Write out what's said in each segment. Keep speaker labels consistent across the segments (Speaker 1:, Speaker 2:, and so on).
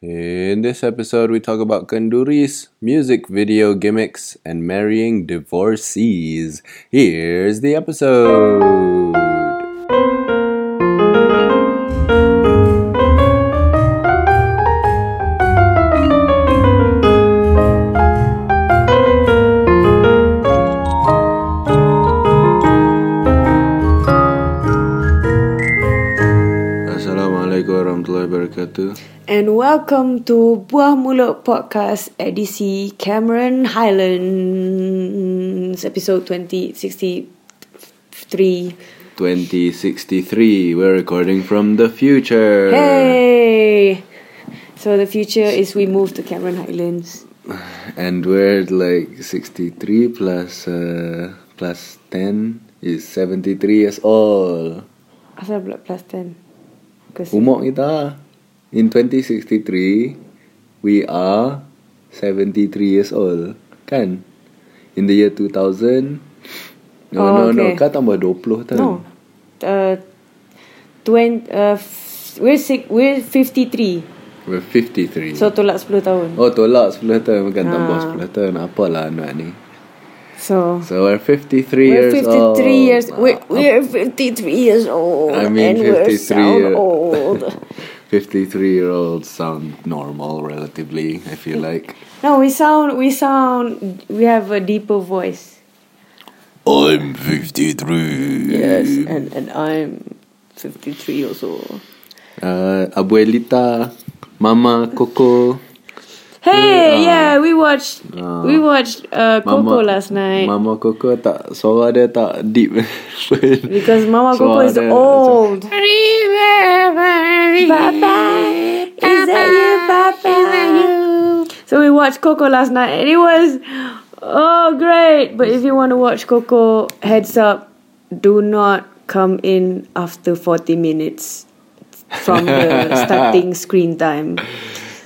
Speaker 1: In this episode, we talk about kanduris, music video gimmicks, and marrying divorcees. Here's the episode. Assalamualaikum warahmatullahi wabarakatuh.
Speaker 2: And welcome to Buah Mulut Podcast edisi Cameron Highlands episode 2063.
Speaker 1: 2063. We're recording from the future.
Speaker 2: Hey! So the future is we move to Cameron Highlands.
Speaker 1: And we're like 63 plus uh, plus 10 is 73 years old.
Speaker 2: Asal pula plus 10? Because
Speaker 1: Umur kita in 2063 we are 73 years old. Kan? In the year 2000 No, no,
Speaker 2: Oh,
Speaker 1: no.
Speaker 2: okay.
Speaker 1: Kau tambah 20 tahun.
Speaker 2: no. Uh, 20, uh, f- we're, six, we're 53.
Speaker 1: We're 53.
Speaker 2: So tolak 10 tahun.
Speaker 1: oh, tolak 10 tahun bukan tambah
Speaker 2: Ah.
Speaker 1: 10 tahun. Apalah anak ni.
Speaker 2: So...
Speaker 1: So we're 53 years
Speaker 2: We're 53
Speaker 1: old.
Speaker 2: years we're, we're 53 years old
Speaker 1: I mean,
Speaker 2: and we're
Speaker 1: 53
Speaker 2: sound
Speaker 1: year-
Speaker 2: old
Speaker 1: 53 year olds sound normal relatively, I feel like.
Speaker 2: no we sound we sound we have a deeper voice
Speaker 1: I'm 53.
Speaker 2: yes and and i'm 53 years old
Speaker 1: Uh, Abuelita, Mama, Coco.
Speaker 2: hey yeah we watched we watched uh, coco
Speaker 1: Mama,
Speaker 2: last night
Speaker 1: Mama Coco tak, suara dia tak deep.
Speaker 2: because mama coco
Speaker 1: Suara
Speaker 2: is
Speaker 1: dia-
Speaker 2: old Papa, is that you, Papa? So we watched Coco last night, and it was oh great. But if you want to watch Coco, heads up, do not come in after forty minutes from the starting screen time.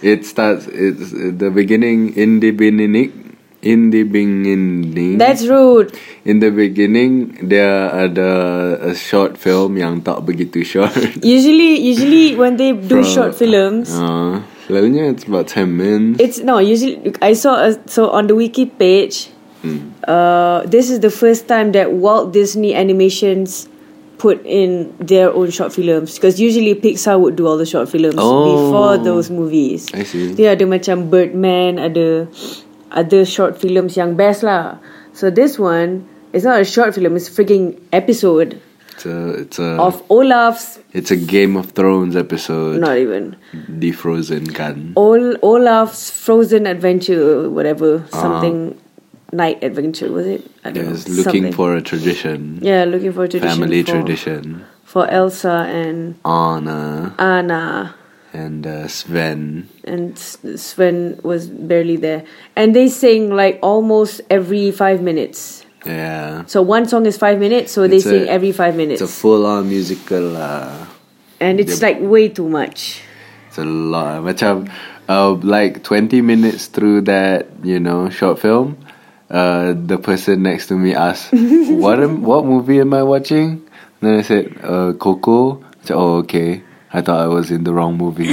Speaker 1: It starts, it's the beginning, in the beginning, in the beginning.
Speaker 2: That's rude.
Speaker 1: In the beginning, there ada a short film yang tak begitu short.
Speaker 2: Usually, usually when they do
Speaker 1: Bruh.
Speaker 2: short films.
Speaker 1: Uh, selalunya it's about 10 minutes.
Speaker 2: It's no usually. I saw a, so on the wiki page.
Speaker 1: Hmm.
Speaker 2: Uh, this is the first time that Walt Disney Animations put in their own short films because usually Pixar would do all the short films before
Speaker 1: Oh.
Speaker 2: those movies.
Speaker 1: I see.
Speaker 2: Dia ada macam Birdman, ada other short films yang best lah. So this one is not a short film; it's freaking episode
Speaker 1: It's a, it's a,
Speaker 2: of Olaf's.
Speaker 1: it's a Game of Thrones episode.
Speaker 2: Not even
Speaker 1: Defrozen kan.
Speaker 2: Ol- Olaf's Frozen Adventure, whatever, something night adventure was it? I don't
Speaker 1: Ah. Yes,
Speaker 2: know.
Speaker 1: looking
Speaker 2: something.
Speaker 1: for a tradition.
Speaker 2: yeah, looking for a tradition
Speaker 1: family
Speaker 2: for,
Speaker 1: tradition.
Speaker 2: for Elsa and
Speaker 1: Anna
Speaker 2: Anna
Speaker 1: and uh, Sven.
Speaker 2: and S- Sven was barely there, and they sing like almost every five minutes.
Speaker 1: Yeah.
Speaker 2: So one song is five minutes, so they
Speaker 1: It's a-
Speaker 2: sing every five minutes,
Speaker 1: It's a full-on musical lah.
Speaker 2: and it's like way too much.
Speaker 1: It's a lot. Macam uh, like 20 minutes through that, you know, short film, uh, the person next to me asked, "What am, what movie am I watching?" And then I said, uh, "Coco." I said, "Oh, okay. I thought I was in the wrong movie."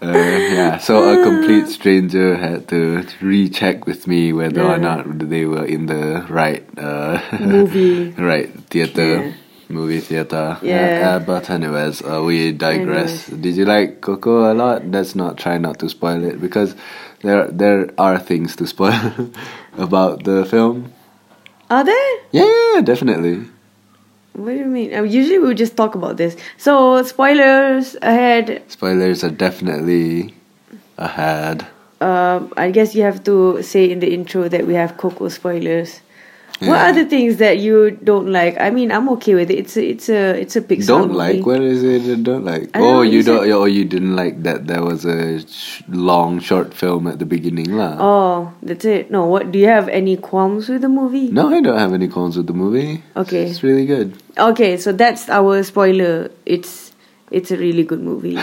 Speaker 1: Uh, yeah, so a complete stranger had to recheck with me whether or not they were in the right uh,
Speaker 2: Movie.
Speaker 1: right theater,
Speaker 2: Yeah.
Speaker 1: movie theater.
Speaker 2: Yeah.
Speaker 1: Uh, but anyways, uh, we digress. Did you like Coco a lot? Let's not try not to spoil it because there there are things to spoil about the film.
Speaker 2: Are there?
Speaker 1: Yeah, definitely.
Speaker 2: What do you mean? Uh, usually we would just talk about this. So spoilers ahead.
Speaker 1: Spoilers are definitely ahead.
Speaker 2: um, I guess you have to say in the intro that we have Coco spoilers. What
Speaker 1: Yeah.
Speaker 2: other things that you don't like? I mean, I'm okay with it. It's a, it's a, it's a Pixar.
Speaker 1: Don't
Speaker 2: movie.
Speaker 1: like? What is it? that Don't like?
Speaker 2: I don't
Speaker 1: oh,
Speaker 2: know,
Speaker 1: you
Speaker 2: you
Speaker 1: don't.
Speaker 2: said-
Speaker 1: Oh, you didn't like that. There was a sh- long short film at the beginning, lah.
Speaker 2: Oh, that's it. No, what do you have any qualms with the movie?
Speaker 1: No, I don't have any cons with the movie.
Speaker 2: Okay.
Speaker 1: it's really good.
Speaker 2: Okay, so that's our spoiler. It's It's a really good movie.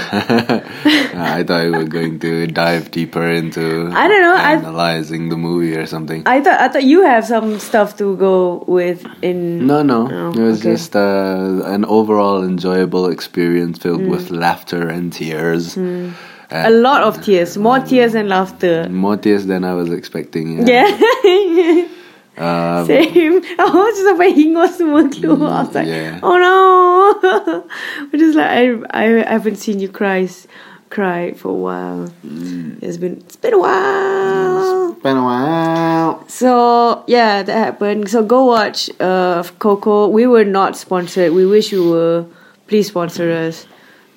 Speaker 1: I thought we were going to dive deeper into
Speaker 2: I don't know, I've-
Speaker 1: analyzing the movie or something.
Speaker 2: I thought I thought you have some stuff to go with in
Speaker 1: No, no.
Speaker 2: Oh,
Speaker 1: it was
Speaker 2: okay.
Speaker 1: just uh, an overall enjoyable experience filled with
Speaker 2: Mm.
Speaker 1: laughter and tears.
Speaker 2: a lot of tears, more tears and laughter.
Speaker 1: More tears than I was expecting.
Speaker 2: Yeah.
Speaker 1: Um,
Speaker 2: Same. Oh, Aku macam sampai hingus semua keluar. I was like,
Speaker 1: yeah.
Speaker 2: oh no. Which is like, I, I haven't seen you cry, s- cry for a while.
Speaker 1: Mm.
Speaker 2: It's been, it's been a while.
Speaker 1: been a while.
Speaker 2: So, yeah, that happened. So go watch uh, Coco. We were not sponsored. We wish you were. Please sponsor us.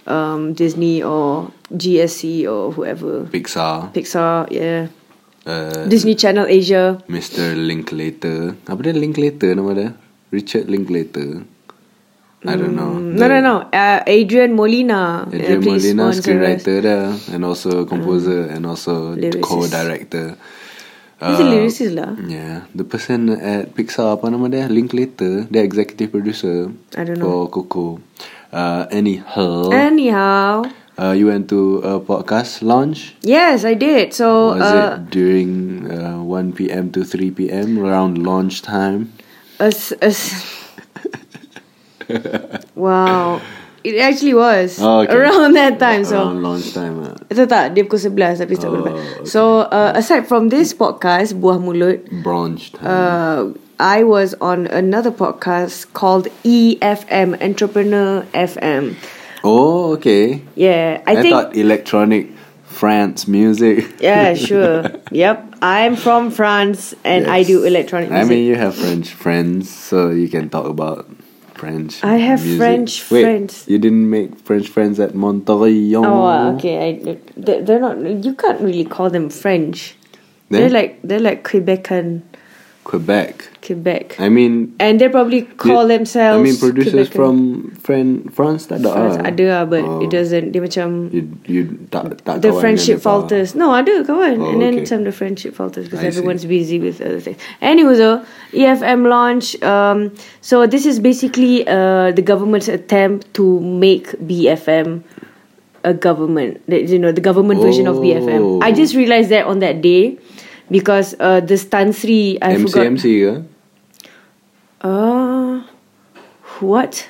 Speaker 2: Um, Disney or GSC or whoever.
Speaker 1: Pixar.
Speaker 2: Pixar, yeah.
Speaker 1: Uh,
Speaker 2: Disney Channel Asia.
Speaker 1: Mr. Linklater. Apa dia Linklater nama dia? Richard Linklater. I don't know.
Speaker 2: No, no, no. Uh, Adrian Molina. uh,
Speaker 1: Adrian
Speaker 2: please
Speaker 1: Molina,
Speaker 2: sponsor us. Um,
Speaker 1: screenwriter dia, and also composer, and also
Speaker 2: Lyricist.
Speaker 1: co-director. Uh,
Speaker 2: He's a lyricist lah.
Speaker 1: Yeah, the person at Pixar apa nama dia? Linklater, the executive producer.
Speaker 2: I don't
Speaker 1: For Coco. Uh, anyhow,
Speaker 2: Anyhow,
Speaker 1: uh, you went to a podcast launch.
Speaker 2: yes, I did. So
Speaker 1: Was
Speaker 2: uh,
Speaker 1: it during uh, 1 p.m. to 3 p.m. around launch time?
Speaker 2: a s- a s- wow, it actually was
Speaker 1: Oh, okay.
Speaker 2: around that time. so
Speaker 1: Around launch time. ah.
Speaker 2: Itu tak Dia pukul 11 Tapi
Speaker 1: Oh,
Speaker 2: oh,
Speaker 1: okay.
Speaker 2: So uh, aside from this podcast Buah Mulut
Speaker 1: Branch time.
Speaker 2: uh, I was on another podcast Called EFM Entrepreneur FM
Speaker 1: oh, okay.
Speaker 2: Yeah I,
Speaker 1: I,
Speaker 2: think
Speaker 1: thought electronic France music.
Speaker 2: Yeah, sure. yep. I'm from France and I do
Speaker 1: Yes.
Speaker 2: electronic
Speaker 1: I
Speaker 2: music.
Speaker 1: mean, you have French friends, so you can talk about French.
Speaker 2: I have
Speaker 1: music.
Speaker 2: French
Speaker 1: Wait,
Speaker 2: friends.
Speaker 1: You didn't make French friends at Montreuil.
Speaker 2: oh, wow, okay. I, they- they're not. You can't really call them French.
Speaker 1: Then?
Speaker 2: They're like they're like Quebecan,
Speaker 1: Quebec.
Speaker 2: Quebec,
Speaker 1: I mean,
Speaker 2: and they probably call
Speaker 1: the- I
Speaker 2: themselves.
Speaker 1: mean, producers
Speaker 2: Quebecan.
Speaker 1: from Fran- France tak ada.
Speaker 2: France
Speaker 1: ah?
Speaker 2: ada lah, but
Speaker 1: Oh.
Speaker 2: it doesn't. They macam
Speaker 1: You, you tak, tak
Speaker 2: the
Speaker 1: kawan
Speaker 2: friendship
Speaker 1: dengan dia tau.
Speaker 2: falters. No, ada kawan.
Speaker 1: Oh,
Speaker 2: and then
Speaker 1: okay.
Speaker 2: some the friendship falters because
Speaker 1: I see.
Speaker 2: everyone's busy with other things. Anyway, so EFM launch. Um, so this is basically uh, the government's attempt to make BFM a government. the- You know, the government version of BFM.
Speaker 1: Oh.
Speaker 2: I just realized that on that day because uh, the Stansri I forgot.
Speaker 1: MCMC ke?
Speaker 2: Uh, what?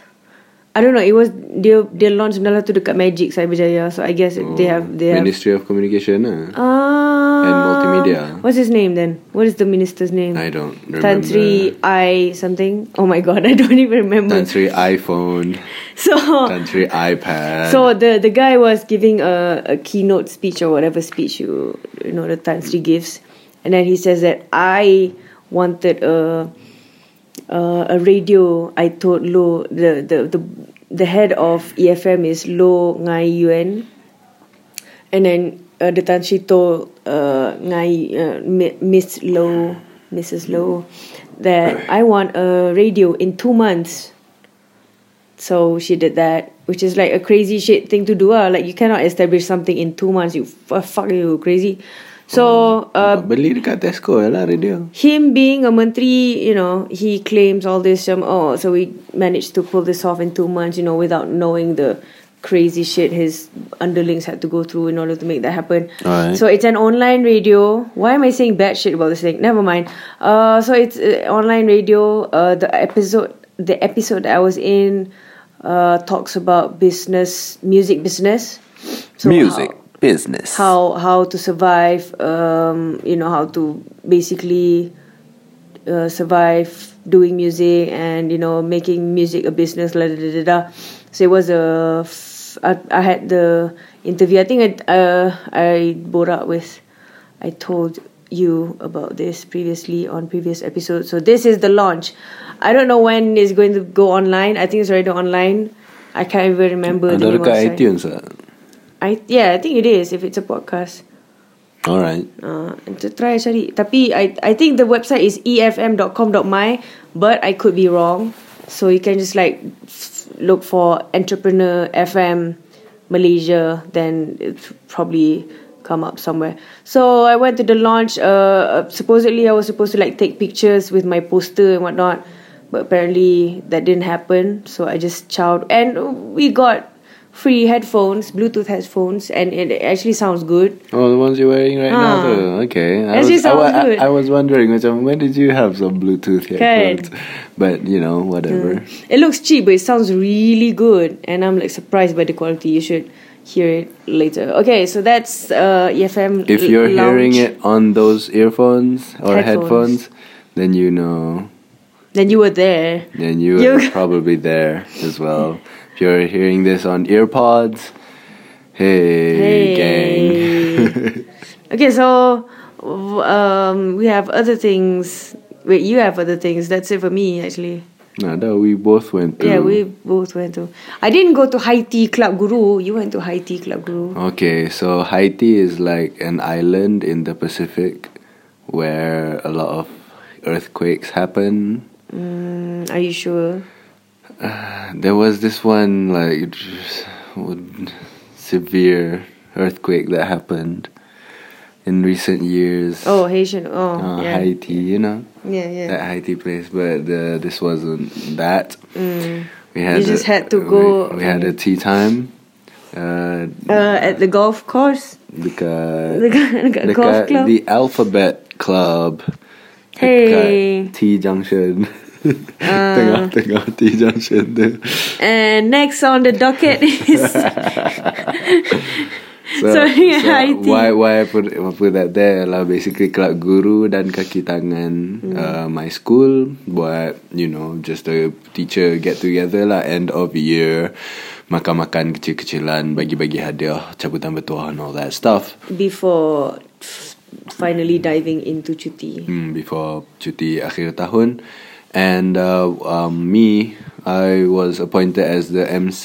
Speaker 2: I don't know. It was dia dia launch benda tu dekat Magic Cyberjaya. So I guess they
Speaker 1: Oh.
Speaker 2: have they have
Speaker 1: Ministry of Communication lah.
Speaker 2: Ah,
Speaker 1: multimedia.
Speaker 2: What's his name then? What is the minister's name?
Speaker 1: I don't remember.
Speaker 2: Tan Sri I something. Oh my god, I don't even remember.
Speaker 1: Tan Sri iPhone.
Speaker 2: so
Speaker 1: Tan Sri iPad.
Speaker 2: so the the guy was giving a, a keynote speech or whatever speech you you know the Tan Sri gives, and then he says that I wanted a uh, a radio. I told Lo the the the the head of EFM is Lo Ngai Yuen, and then uh, the Tan Sri told uh, Ngai uh, Mi- Miss Lo Mrs Lo that I want a radio in two months. So she did that, which is like a crazy shit thing to do. Ah, Like you cannot establish something in two months. You f- fuck you crazy. So uh,
Speaker 1: Beli dekat Tesco lah radio.
Speaker 2: him being a mantri, you know, he claims all this. Um, oh, so we managed to pull this off in two months, you know, without knowing the crazy shit his underlings had to go through in order to make that happen.
Speaker 1: Alright.
Speaker 2: So it's an online radio. Why am I saying bad shit about this thing? Never mind. Uh, so it's uh, online radio. Uh, the episode, the episode that I was in, uh, talks about business, music business. So
Speaker 1: Music.
Speaker 2: how-
Speaker 1: business.
Speaker 2: how how to survive um you know how to basically uh, survive doing music and you know making music a business la da da da, da. so it was a f- I, I had the interview i think i uh, i brought up with i told you about this previously on previous episodes so this is the launch i don't know when it's going to go online i think it's already online i can't even remember the
Speaker 1: Ada
Speaker 2: name of
Speaker 1: dekat
Speaker 2: the site.
Speaker 1: iTunes lah.
Speaker 2: I yeah, I think it is if it's a podcast.
Speaker 1: Alright.
Speaker 2: Uh, to try cari. Tapi I I think the website is E efm.com.my, but I could be wrong. So you can just like f- look for entrepreneur FM Malaysia, then it's probably come up somewhere. So I went to the launch. Uh, supposedly I was supposed to like take pictures with my poster and whatnot, but apparently that didn't happen. So I just chowed, and we got free headphones, Bluetooth headphones, and it actually sounds good.
Speaker 1: Oh, the ones you're wearing right now,
Speaker 2: Ah.
Speaker 1: too. Okay. I
Speaker 2: That
Speaker 1: was,
Speaker 2: just
Speaker 1: I, wa-
Speaker 2: sounds good.
Speaker 1: I, I was wondering, which when did you have some Bluetooth
Speaker 2: Kan.
Speaker 1: headphones? But, you know, whatever.
Speaker 2: It looks cheap, but it sounds really good, and I'm like surprised by the quality. You should hear it later. Okay, so that's uh, EFM.
Speaker 1: If
Speaker 2: l-
Speaker 1: you're
Speaker 2: lounge.
Speaker 1: hearing it on those earphones or
Speaker 2: Headphones.
Speaker 1: headphones, then you know,
Speaker 2: then you were there.
Speaker 1: then you
Speaker 2: You-
Speaker 1: are probably there as well. If you're hearing this on earpods, hey, gang.
Speaker 2: Okay, so w- um, we have other things. Wait, you have other things. That's it for me, actually.
Speaker 1: no, no, we both went through.
Speaker 2: Yeah, we both went to. I didn't go to High Tea Club Guru. You went to High Tea Club Guru.
Speaker 1: Okay, so Haiti is like an island in the Pacific where a lot of earthquakes happen.
Speaker 2: Mm, are you sure?
Speaker 1: There was this one like would- severe earthquake that happened in recent years.
Speaker 2: Oh, Haitian. Oh,
Speaker 1: Uh,
Speaker 2: yeah.
Speaker 1: Haiti, you know
Speaker 2: yeah, yeah.
Speaker 1: that Haiti place, but the, this wasn't that. We had
Speaker 2: Mm. You just had to
Speaker 1: we-
Speaker 2: go-
Speaker 1: We had a tea time. Uh,
Speaker 2: Uh, at the golf course,
Speaker 1: dekat,
Speaker 2: the,
Speaker 1: dekat
Speaker 2: golf club.
Speaker 1: the Alphabet Club.
Speaker 2: Hey. Ah.
Speaker 1: Dekat T Junction. Tengah-tengah T Junction tu.
Speaker 2: and next on the docket is Sorry, Haiti.
Speaker 1: Why why I put I put that there lah basically Club Guru dan kaki tangan
Speaker 2: Hmm.
Speaker 1: uh, my school buat you know just a teacher get together lah end of year makan-makan kecil-kecilan bagi-bagi hadiah cabutan bertuah and all that stuff
Speaker 2: before finally diving into Chuti.
Speaker 1: mm, before cuti akhir tahun and uh, um, me I was appointed as the MC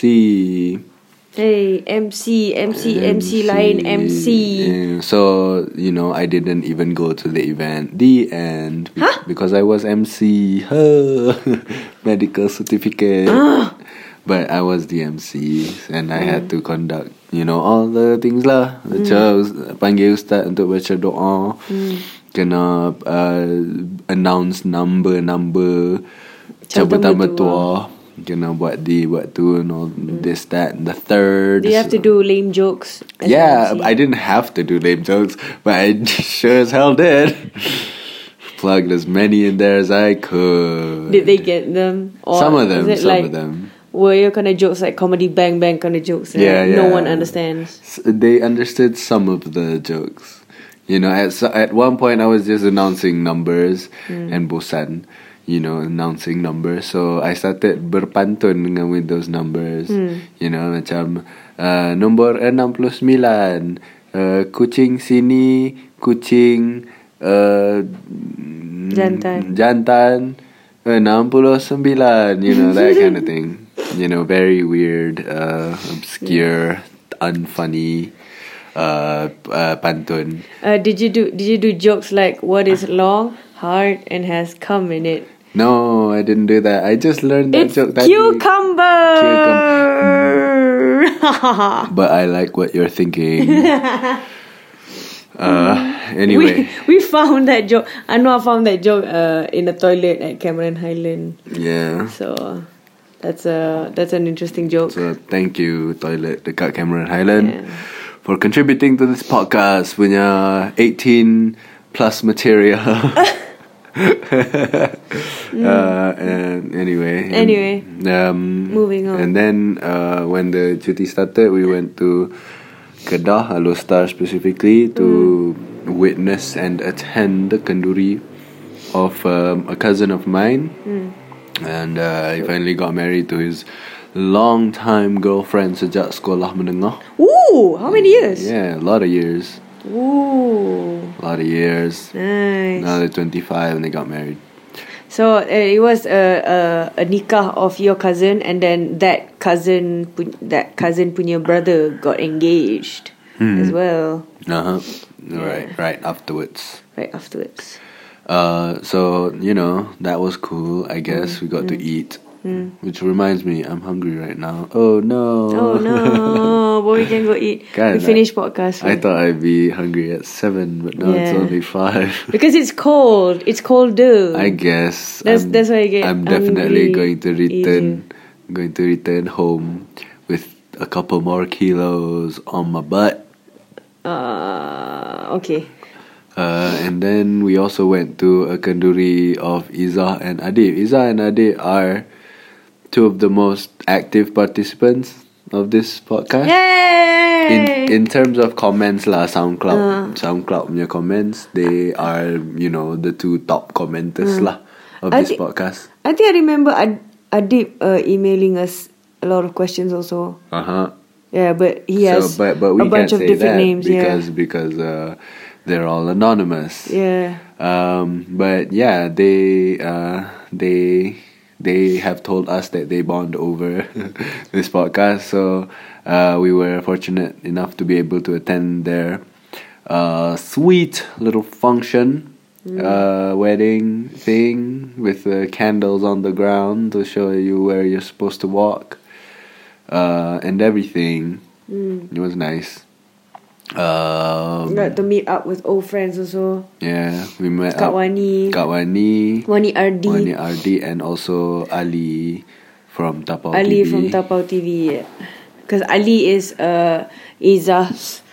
Speaker 2: Hey, MC, MC, MC, line MC.
Speaker 1: Yeah, So you know, I didn't even go to the event. The end. Be- Because I was MC. Huh. Medical certificate.
Speaker 2: Ah.
Speaker 1: But I was the MC and I
Speaker 2: Mm.
Speaker 1: had to conduct, you know, all the things lah. Baca, mm. panggil ustaz untuk baca doa.
Speaker 2: Mm.
Speaker 1: Kena uh, announce number number.
Speaker 2: Cabutan
Speaker 1: Cabutan
Speaker 2: bertuah.
Speaker 1: bertuah. oh, Kena buat di, buat tu, and all this, that, and the third.
Speaker 2: Do Mm. you have to do lame jokes? as
Speaker 1: Yeah,
Speaker 2: an MC?
Speaker 1: I didn't have to do lame jokes, but I sure as hell did. Plugged as many in there as I could.
Speaker 2: Did they get them? Or
Speaker 1: Some of
Speaker 2: is
Speaker 1: them,
Speaker 2: it
Speaker 1: some
Speaker 2: like,
Speaker 1: of them.
Speaker 2: Were your kind of jokes like comedy bang bang kind of jokes? that
Speaker 1: Yeah,
Speaker 2: No
Speaker 1: yeah.
Speaker 2: one understands.
Speaker 1: S- They understood some of the jokes. You know, at so- at one point I was just announcing numbers
Speaker 2: Hmm.
Speaker 1: and bosan, you know, announcing numbers. So I started berpantun dengan with those numbers.
Speaker 2: Hmm.
Speaker 1: You know, macam uh, nombor 69, uh, kucing sini, kucing uh, Mm.
Speaker 2: Jantan.
Speaker 1: jantan 69 you know that kind of thing you know very weird uh, obscure unfunny uh, uh pantun
Speaker 2: Uh, did you do Did you do jokes like what is long, hard, and has cum in it?
Speaker 1: no i didn't do that i just learned that
Speaker 2: It's
Speaker 1: joke that
Speaker 2: cucumber.
Speaker 1: but i like what you're thinking uh anyway
Speaker 2: we, we found that joke. I know I found that joke uh, in a toilet at Cameron Highland.
Speaker 1: yeah
Speaker 2: So that's a that's an interesting joke.
Speaker 1: So thank you Toilet dekat Cameron Highland
Speaker 2: Yeah.
Speaker 1: for contributing to this podcast punya 18 plus material. uh, and anyway, and-
Speaker 2: Anyway.
Speaker 1: um,
Speaker 2: Moving on.
Speaker 1: And then uh, when the duty started, we went to Kedah, Alostar specifically, to
Speaker 2: Mm.
Speaker 1: witness and attend the kanduri of um, a cousin of mine.
Speaker 2: Mm.
Speaker 1: And uh, I finally got married to his long-time girlfriend sejak sekolah menengah.
Speaker 2: Ooh, how many years?
Speaker 1: Yeah, a lot of years.
Speaker 2: Ooh,
Speaker 1: A lot of years.
Speaker 2: nice.
Speaker 1: Now they're 25 and they got married.
Speaker 2: So uh, it was a, a a nikah of your cousin, and then that cousin pu- that cousin punya brother got engaged
Speaker 1: Hmm.
Speaker 2: as well
Speaker 1: Uh huh. Right, right afterwards.
Speaker 2: right afterwards.
Speaker 1: Uh, so you know that was cool. I
Speaker 2: Mm,
Speaker 1: guess we got to eat, which reminds me, I'm hungry right now. Oh no!
Speaker 2: Oh no, but we can go eat.
Speaker 1: Kan,
Speaker 2: we finish podcast.
Speaker 1: I
Speaker 2: right?
Speaker 1: thought I'd be hungry at seven, but now it's
Speaker 2: Yeah.
Speaker 1: only five.
Speaker 2: because it's cold. It's colder.
Speaker 1: I guess
Speaker 2: Mm. That's- that's why I get
Speaker 1: I'm definitely
Speaker 2: hungry
Speaker 1: going to return, going to return home with a couple more kilos on my butt.
Speaker 2: Uh, okay.
Speaker 1: Uh, and then we also went to a kanduri of Izzah and Adib. Izzah and Adib are two of the most active participants of this podcast. in
Speaker 2: Yay! Uh.
Speaker 1: in terms of comments lah SoundCloud SoundCloud punya comments they are you know the two top
Speaker 2: Uh.
Speaker 1: commenters lah of
Speaker 2: I
Speaker 1: this
Speaker 2: thi-
Speaker 1: podcast.
Speaker 2: I think I remember Ad- Adib uh, emailing us a lot of questions also.
Speaker 1: Uh huh.
Speaker 2: Yeah, but he has
Speaker 1: but but we
Speaker 2: a bunch
Speaker 1: can't
Speaker 2: of
Speaker 1: say
Speaker 2: different
Speaker 1: that
Speaker 2: names.
Speaker 1: because because uh, they're all anonymous.
Speaker 2: yeah,
Speaker 1: Um, but yeah, they uh, they they have told us that they bond over this podcast. So uh, we were fortunate enough to be able to attend their uh, sweet little function. Uh, wedding thing with the candles on the ground to show you where you're supposed to walk, uh, and everything. It was nice.
Speaker 2: yeah.
Speaker 1: Um,
Speaker 2: Got to meet up with old friends also.
Speaker 1: yeah, we met
Speaker 2: Kak
Speaker 1: up.
Speaker 2: Wani,
Speaker 1: Kak Wani,
Speaker 2: Wani RD,
Speaker 1: Wani RD, and also Ali from Tapau
Speaker 2: Ali
Speaker 1: TV.
Speaker 2: from Tapau TV. Because Ali is uh, Izzah's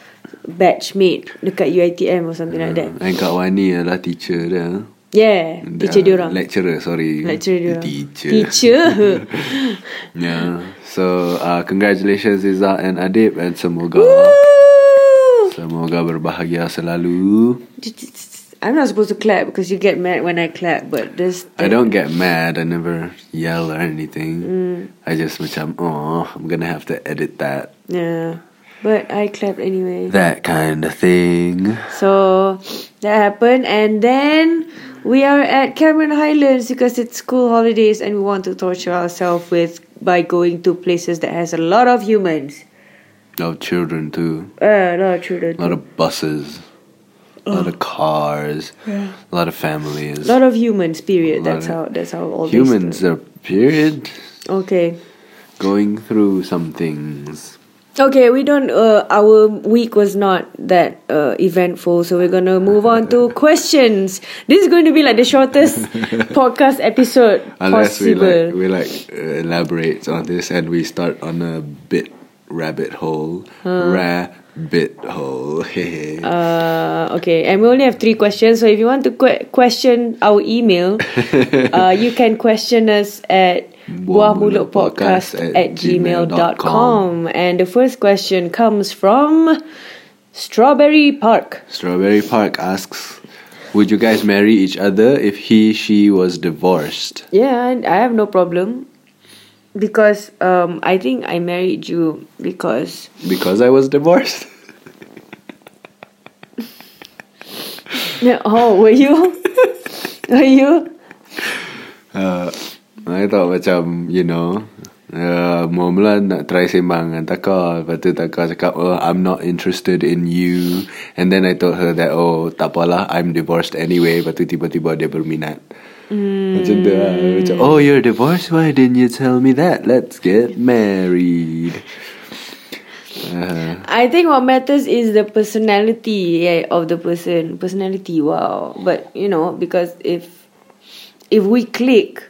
Speaker 2: batchmate dekat UITM or something like that.
Speaker 1: And Kak Wani adalah teacher dia.
Speaker 2: Yeah, teacher
Speaker 1: Uh,
Speaker 2: diorang.
Speaker 1: Lecturer, sorry.
Speaker 2: Lecturer diorang.
Speaker 1: Teacher.
Speaker 2: Teacher.
Speaker 1: yeah. So, uh, congratulations Izzah and Adib and semoga
Speaker 2: Woo!
Speaker 1: semoga berbahagia selalu.
Speaker 2: I'm not supposed to clap because you get mad when I clap, but this.
Speaker 1: I don't get mad. I never yell or anything.
Speaker 2: Mm.
Speaker 1: I just macam, oh, I'm gonna have to edit that.
Speaker 2: Yeah. But I clapped anyway.
Speaker 1: That kind of thing.
Speaker 2: So that happened, and then we are at Cameron Highlands because it's school holidays, and we want to torture ourselves with by going to places that has a lot of humans,
Speaker 1: Of children too.
Speaker 2: uh, a lot
Speaker 1: A
Speaker 2: of
Speaker 1: lot
Speaker 2: children,
Speaker 1: of buses, a lot of cars, a lot of
Speaker 2: a
Speaker 1: families.
Speaker 2: lot of humans. Period.
Speaker 1: Lot
Speaker 2: That's
Speaker 1: of
Speaker 2: how. That's how all these
Speaker 1: Humans
Speaker 2: things-
Speaker 1: are period
Speaker 2: Okay.
Speaker 1: going through some things.
Speaker 2: Okay, we don't. Uh, our week was not that uh, eventful, so we're gonna move on to questions. This is going to be like the shortest podcast episode
Speaker 1: Unless
Speaker 2: possible.
Speaker 1: we like we like uh, elaborate on this and we start on a bit rabbit hole, rabbit hole.
Speaker 2: Uh, okay, and we only have three questions. So if you want to que- question our email, uh, you can question us at
Speaker 1: Buahmulutpodcast
Speaker 2: buahmulutpodcast
Speaker 1: at
Speaker 2: at gmail.com. And the first question comes from Strawberry Park.
Speaker 1: Strawberry Park asks, "Would you guys marry each other if he she was divorced?"
Speaker 2: Yeah, and I have no problem because um, I think I married you because
Speaker 1: Because I was divorced.
Speaker 2: oh were you were you
Speaker 1: Uh, I thought macam You know uh, Mula-mula nak try sembang dengan Taka Lepas tu Taka cakap Oh I'm not interested in you And then I told her that Oh tak apalah I'm divorced anyway Lepas tu tiba-tiba dia berminat Macam tu lah Macam Oh you're divorced Why didn't you tell me that Let's get married uh,
Speaker 2: I think what matters is the personality yeah, of the person. Personality, wow. But you know, because if if we click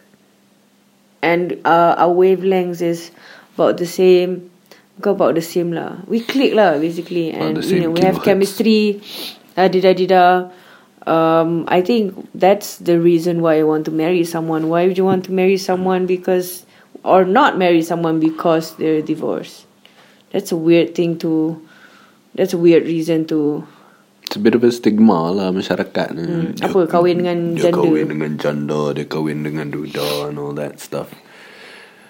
Speaker 2: and uh, our wavelengths is about the same, go about the same lah. We click lah basically,
Speaker 1: About
Speaker 2: and
Speaker 1: the
Speaker 2: you
Speaker 1: same
Speaker 2: know we have
Speaker 1: keywords.
Speaker 2: chemistry. uh, Da da da da. Um, I think that's the reason why I want to marry someone. Why would you want to marry someone because or not marry someone because they're divorced? That's a weird thing to. That's a weird reason to.
Speaker 1: It's a bit of a stigma lah masyarakat ni. Dia-
Speaker 2: Hmm, apa, kahwin dengan
Speaker 1: dia
Speaker 2: janda.
Speaker 1: kahwin dengan janda, dia kahwin dengan duda and all that stuff.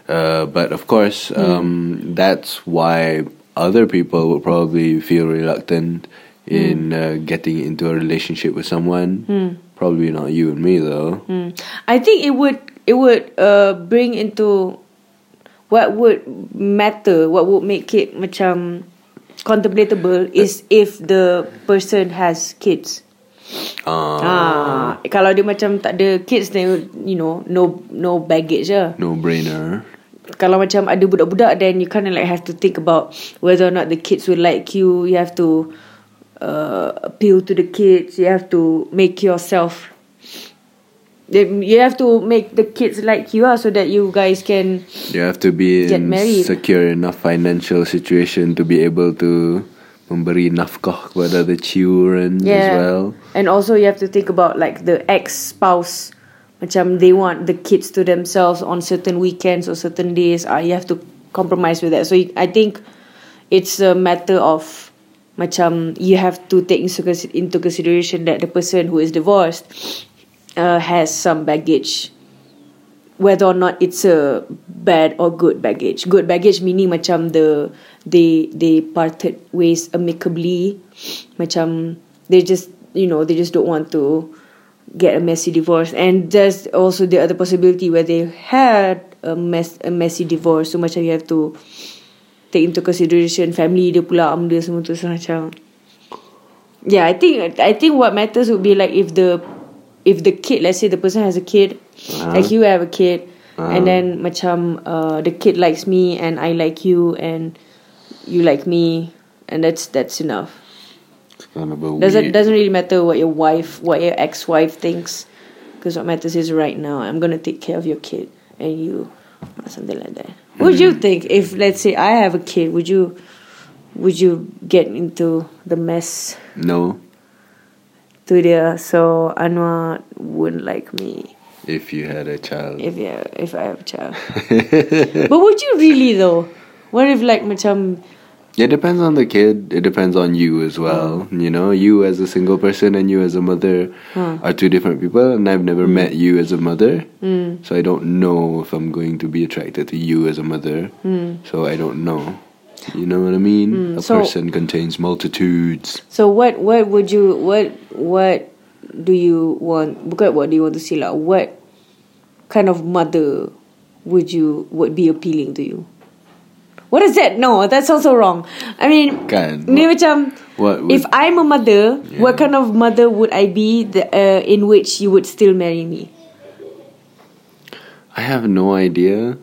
Speaker 1: Uh, but of course,
Speaker 2: Hmm.
Speaker 1: um, that's why other people would probably feel reluctant
Speaker 2: Hmm.
Speaker 1: in uh, getting into a relationship with someone. Probably not you and me though.
Speaker 2: Mm. I think it would it would uh bring into what would matter, what would make it macam contemplatable is if the person has kids.
Speaker 1: Uh,
Speaker 2: Ah, kalau dia macam tak ada kids then you know no no baggage lah.
Speaker 1: no brainer.
Speaker 2: Kalau macam ada budak-budak then you kind of like have to think about whether or not the kids will like you. You have to uh, appeal to the kids. You have to make yourself Then You have to make the kids like you are so that you guys can.
Speaker 1: You have to be
Speaker 2: Get
Speaker 1: in
Speaker 2: married.
Speaker 1: secure enough financial situation to be able to memberi nafkah kepada the children as
Speaker 2: Yeah.
Speaker 1: well.
Speaker 2: And also you have to think about like the ex spouse. Macam they want the kids to themselves on certain weekends or certain days. Uh, you have to compromise with that. So you- I think it's a matter of macam you have to take into consi- into consideration that the person who is divorced uh, has some baggage. Whether or not it's a bad or good baggage. Good baggage meaning macam the they they parted ways amicably. Macam they just you know they just don't want to get a messy divorce. And there's also the other possibility where they had a mess a messy divorce. So macam you have to take into consideration family dia pula benda semua tu so macam yeah I think I think what matters would be like if the if the kid let's say the person has a kid
Speaker 1: Uh-huh.
Speaker 2: like you have a kid
Speaker 1: Uh-huh.
Speaker 2: and then macam uh, the kid likes me and I like you and you like me and that's that's enough
Speaker 1: It's kind of a
Speaker 2: doesn't
Speaker 1: weird-
Speaker 2: doesn't really matter what your wife what your ex-wife thinks because what matters is right now I'm gonna take care of your kid and you or something like that would you
Speaker 1: Mm-hmm.
Speaker 2: think if let's say I have a kid would you would you get into the mess
Speaker 1: no.
Speaker 2: to there so Anwar wouldn't like me
Speaker 1: If you had a child,
Speaker 2: if yeah if I have a child but would you really though what if like macam
Speaker 1: it depends on the kid. It depends on you as well.
Speaker 2: Oh.
Speaker 1: You know, you as a single person and you as a mother are two different people. And I've
Speaker 2: Hmm.
Speaker 1: never met you as a mother, so I don't know if I'm going to be attracted to you as a mother. So I don't know. You know what I mean? a
Speaker 2: Hmm. so-
Speaker 1: person contains multitudes.
Speaker 2: So what what would you what what do you want bukan what do you want to see lah what kind of mother would you would be appealing to you? What is that? No, that sounds so wrong. I mean
Speaker 1: Kan?
Speaker 2: ni macam
Speaker 1: What would-
Speaker 2: if I'm a mother, what
Speaker 1: Yeah.
Speaker 2: kind of mother would I be the, uh, in which you would still marry me?
Speaker 1: I have no idea,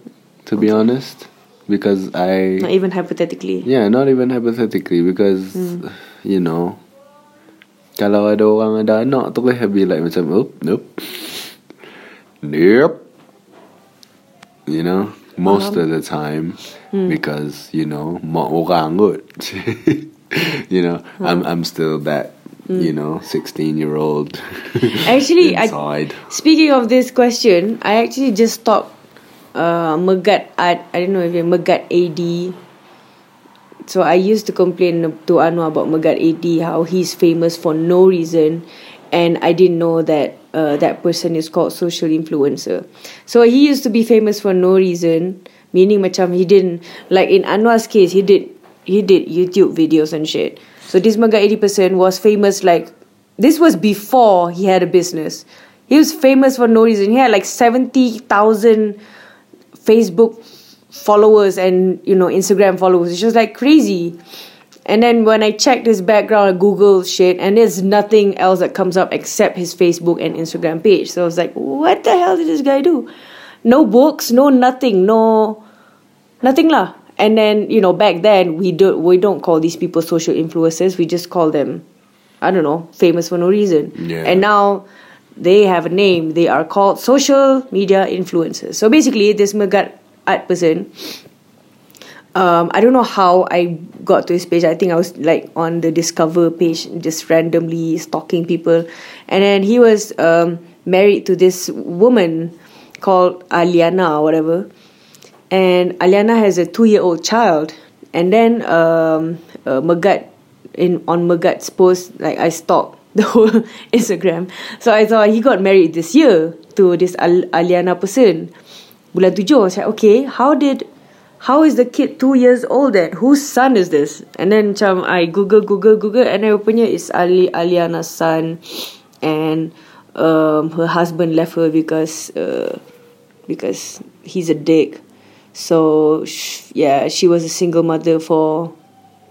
Speaker 1: to be honest, because I
Speaker 2: Not even hypothetically.
Speaker 1: Yeah, not even hypothetically because
Speaker 2: Hmm.
Speaker 1: you know kalau ada orang ada anak terus I'd be like macam oh, nope. Nope. You know, most of the time
Speaker 2: Hmm.
Speaker 1: because you know, mak orang kot. you know,
Speaker 2: Hmm.
Speaker 1: I'm I'm still that you know, 16 year old.
Speaker 2: Actually, I-
Speaker 1: inside.
Speaker 2: Speaking of this question, I actually just stopped uh, Megat Ad. I don't know if you Megat AD. So I used to complain to Anwar about Megat AD, how he's famous for no reason, and I didn't know that uh, that person is called social influencer. So he used to be famous for no reason, meaning macam he didn't like in Anwar's case he did he did YouTube videos and shit. So this Megat AD person was famous like this was before he had a business. He was famous for no reason. He had like seventy thousand Facebook followers and you know Instagram followers. It's just like crazy. And then when I checked his background, I Google shit, and there's nothing else that comes up except his Facebook and Instagram page. So I was like, what the hell did this guy do? No books, no nothing, no nothing lah. And then you know back then we don't we don't call these people social influencers. We just call them, I don't know, famous for no reason.
Speaker 1: Yeah.
Speaker 2: And now they have a name. They are called social media influencers. So basically, this Megat art person. Um, I don't know how I got to his page. I think I was like on the Discover page, just randomly stalking people, and then he was um, married to this woman called Aliana or whatever and Aliana has a two-year-old child. And then um, uh, Megat in on Megat's post, like I stalked the whole Instagram. So I saw he got married this year to this Al- Aliana person. Bulan tujuh, I was like, okay, how did, how is the kid two years old then? Whose son is this? And then macam I Google, Google, Google, and then rupanya it's Ali Aliana's son, and um, her husband left her because. Uh, because he's a dick. So sh- yeah, she was a single mother for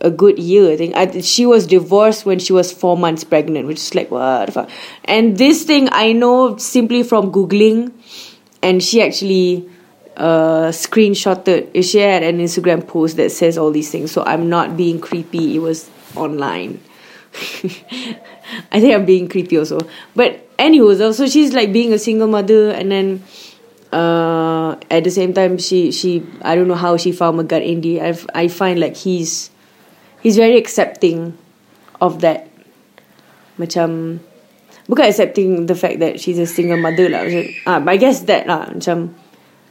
Speaker 2: a good year. I think I, th- she was divorced when she was four months pregnant, which is like what the fuck. And this thing I know simply from googling, and she actually uh screenshotted uh, she had an instagram post that says all these things so i'm not being creepy it was online I think I'm being creepy also. But anywho, so- so she's like being a single mother, and then uh, at the same time, she she I don't know how she found Magat Indy. I f- I find like he's he's very accepting of that. Macam bukan accepting the fact that she's a single mother lah. Macam, ah, but I guess that lah. Macam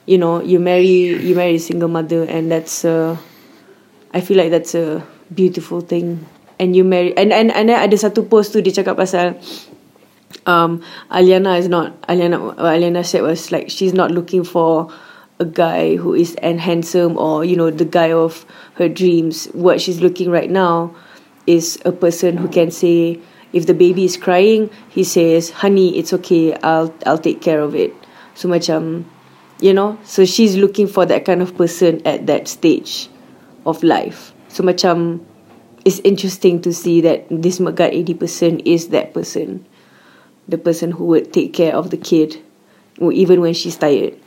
Speaker 2: you know you marry you marry a single mother and that's uh, I feel like that's a beautiful thing. And you marry and and and then ada satu post tu dia cakap pasal um Aliana is not Aliana what Aliana said was like she's not looking for a guy who is and handsome or you know the guy of her dreams. What she's looking right now is a person who can say if the baby is crying, he says, "Honey, it's okay. I'll I'll take care of it." So macam you know, so she's looking for that kind of person at that stage of life. So macam it's interesting to see that this Magat 80% is that person. The person who would take care of the kid w- even when she's tired.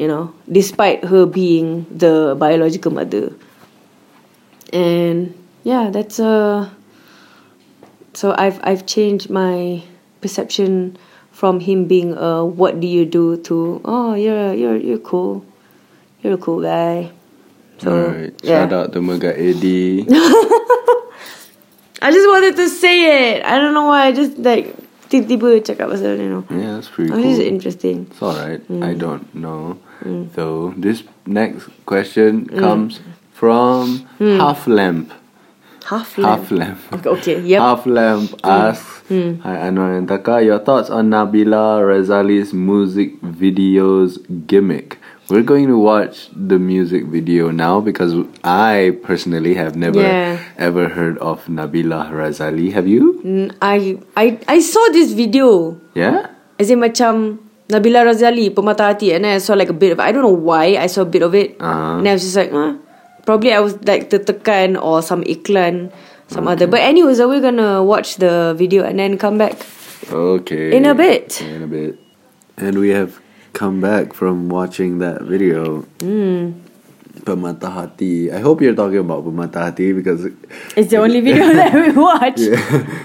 Speaker 2: You know, despite her being the biological mother. And yeah, that's a so I've I've changed my perception from him being a what do you do to oh you're you're you're cool. You're a cool guy. So
Speaker 1: Alright.
Speaker 2: yeah.
Speaker 1: Shout out to Magat AD.
Speaker 2: I just wanted to say it. I don't know why. I just like tiba-tiba cakap pasal you know.
Speaker 1: yeah, that's pretty
Speaker 2: Oh,
Speaker 1: cool.
Speaker 2: this is interesting.
Speaker 1: It's all right.
Speaker 2: Mm.
Speaker 1: I don't know. So this next question
Speaker 2: Mm.
Speaker 1: comes from Half Lamp.
Speaker 2: Half
Speaker 1: Half
Speaker 2: lamp.
Speaker 1: Lamp.
Speaker 2: Okay, Mm. okay, yep. Mm.
Speaker 1: Half Lamp asks, "Hi Anwar and Taka, your thoughts on Nabila Razali's music videos gimmick?" We're going to watch the music video now because I personally have never
Speaker 2: Yeah.
Speaker 1: ever heard of Nabila Razali. Have you?
Speaker 2: Mm, I I I saw this video.
Speaker 1: Yeah.
Speaker 2: As in macam Nabila Razali Pemata Hati And then I saw like a bit of I don't know why I saw a bit of it
Speaker 1: Uh-huh.
Speaker 2: And I was just like huh? Probably I was like tertekan Or some iklan Some other But anyways Are we gonna watch the video And then come back
Speaker 1: Okay.
Speaker 2: In a bit.
Speaker 1: In a bit. And we have come back from watching that video.
Speaker 2: Hmm.
Speaker 1: Pemata Hati. I hope you're talking about Pemata Hati because
Speaker 2: It's the only video that we watch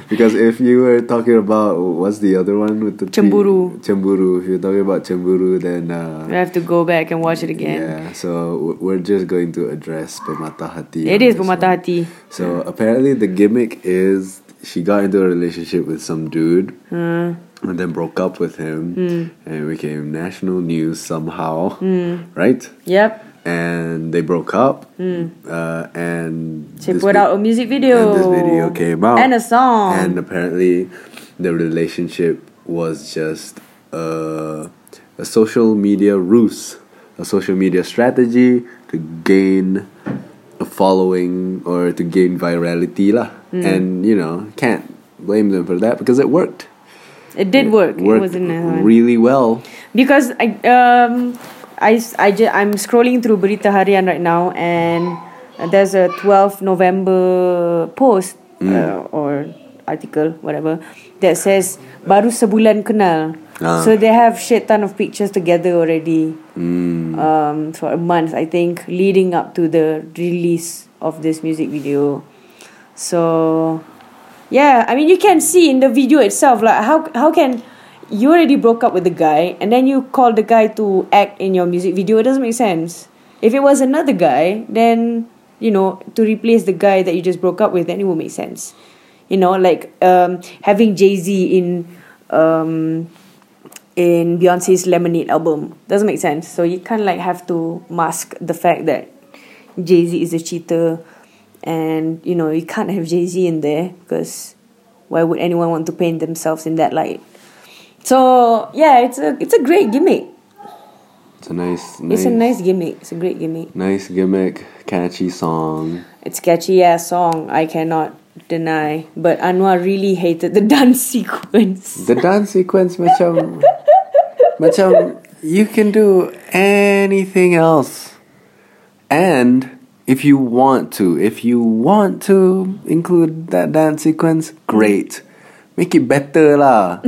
Speaker 1: because if you were talking about what's the other one with the three-
Speaker 2: Cemburu.
Speaker 1: Cemburu. If you're talking about Cemburu then uh,
Speaker 2: I have to go back and watch it again
Speaker 1: yeah, so w- we're just going to address Pemata Hati.
Speaker 2: It
Speaker 1: on
Speaker 2: is
Speaker 1: this
Speaker 2: Pemata
Speaker 1: one.
Speaker 2: Hati
Speaker 1: So apparently the gimmick is she got into a relationship with some dude
Speaker 2: Hmm.
Speaker 1: and then broke up with him and became national news somehow,
Speaker 2: Hmm.
Speaker 1: right?
Speaker 2: Yep
Speaker 1: And they broke up, uh, and
Speaker 2: Hmm.
Speaker 1: this
Speaker 2: She put
Speaker 1: vi-
Speaker 2: out a music
Speaker 1: and
Speaker 2: video
Speaker 1: this video came out
Speaker 2: And a song
Speaker 1: and apparently the relationship was just uh, a social media ruse, a social media strategy to gain a following or to gain virality lah.
Speaker 2: Mm.
Speaker 1: And you know, can't blame them for that because it worked.
Speaker 2: It did work It
Speaker 1: worked
Speaker 2: wasn't uh, a-
Speaker 1: really well.
Speaker 2: because I um I I ju- I'm scrolling through Berita Harian right now and there's a 12 November post uh, or article whatever that says baru sebulan kenal.
Speaker 1: Ah.
Speaker 2: So they have shit ton of pictures together already. Um for a month I think leading up to the release of this music video. So yeah, I mean you can see in the video itself like how how can you already broke up with the guy and then you call the guy to act in your music video it doesn't make sense. If it was another guy, then you know to replace the guy that you just broke up with, then it would make sense. You know, like um, having Jay Z in um, in Beyonce's Lemonade album doesn't make sense. So you kind of like have to mask the fact that Jay Z is a cheater, and you know you can't have Jay Z in there because why would anyone want to paint themselves in that light? So yeah, it's a it's a great gimmick.
Speaker 1: It's a nice, nice,
Speaker 2: It's a nice gimmick. It's a great gimmick.
Speaker 1: nice gimmick, catchy song.
Speaker 2: It's catchy ass song. I cannot deny. But Anwar really hated the dance sequence.
Speaker 1: The dance sequence, macam, macam, you can do anything else, and if you want to, if you want to include that dance sequence, great, make it better lah.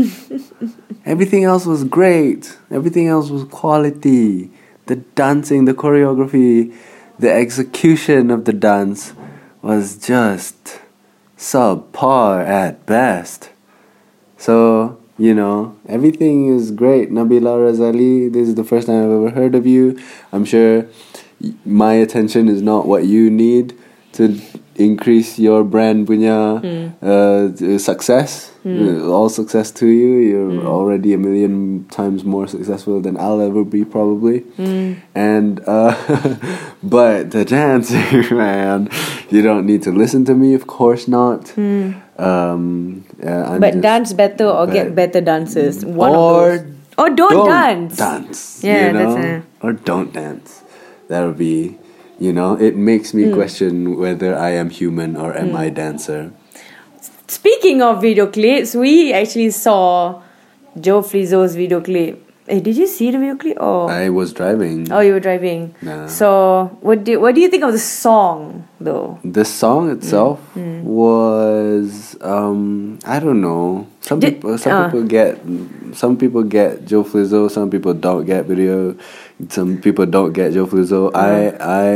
Speaker 1: Everything else was great. Everything else was quality. The dancing, the choreography, the execution of the dance was just subpar at best. So, you know, everything is great. Nabila Razali, this is the first time I've ever heard of you. I'm sure y- my attention is not what you need to increase your brand punya
Speaker 2: Hmm.
Speaker 1: uh, t- success. Uh, All success to you. You're
Speaker 2: Hmm.
Speaker 1: already a million times more successful than I'll ever be probably.
Speaker 2: Hmm.
Speaker 1: And uh, but the dancing, man, you don't need to listen to me. Of course not. Um, uh, I'm
Speaker 2: Hmm. But
Speaker 1: just-
Speaker 2: dance better or get
Speaker 1: but-
Speaker 2: better dancers. One
Speaker 1: Or
Speaker 2: of those. Or don't, dance.
Speaker 1: Dance.
Speaker 2: Yeah,
Speaker 1: you know?
Speaker 2: that's a-
Speaker 1: Or don't dance. That'll be, you know, it makes me
Speaker 2: Mm.
Speaker 1: question whether I am human or am I dancer.
Speaker 2: Speaking of video clips, we actually saw Joe Flizzo's video clip. Hey, did you see the video clip? Or
Speaker 1: I was driving.
Speaker 2: oh, you were driving.
Speaker 1: Nah.
Speaker 2: So what do what do you think of the song though?
Speaker 1: The song itself
Speaker 2: Mm.
Speaker 1: was, um, I don't know. Some
Speaker 2: Did-
Speaker 1: people, some
Speaker 2: uh.
Speaker 1: people get, some people get Joe Flizzo. Some people don't get video. Some people don't get Joe Flizzo. I, I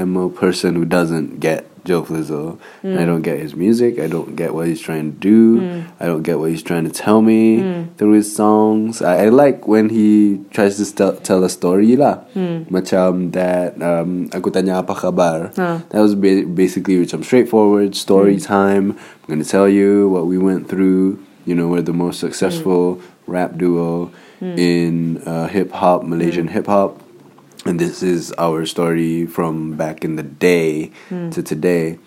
Speaker 1: am a person who doesn't get Joe Flizzo. I don't get his music. I don't get what he's trying to do. I don't get what he's trying to tell me through his songs. I, I like when he tries to tell, tell a story lah. Macam that, um, aku tanya apa kabar. That was ba- basically which I'm straightforward story time. I'm gonna tell you what we went through. You know, we're the most successful rap duo in uh, hip hop, Malaysian hip hop, and this is our story from back in the day to today.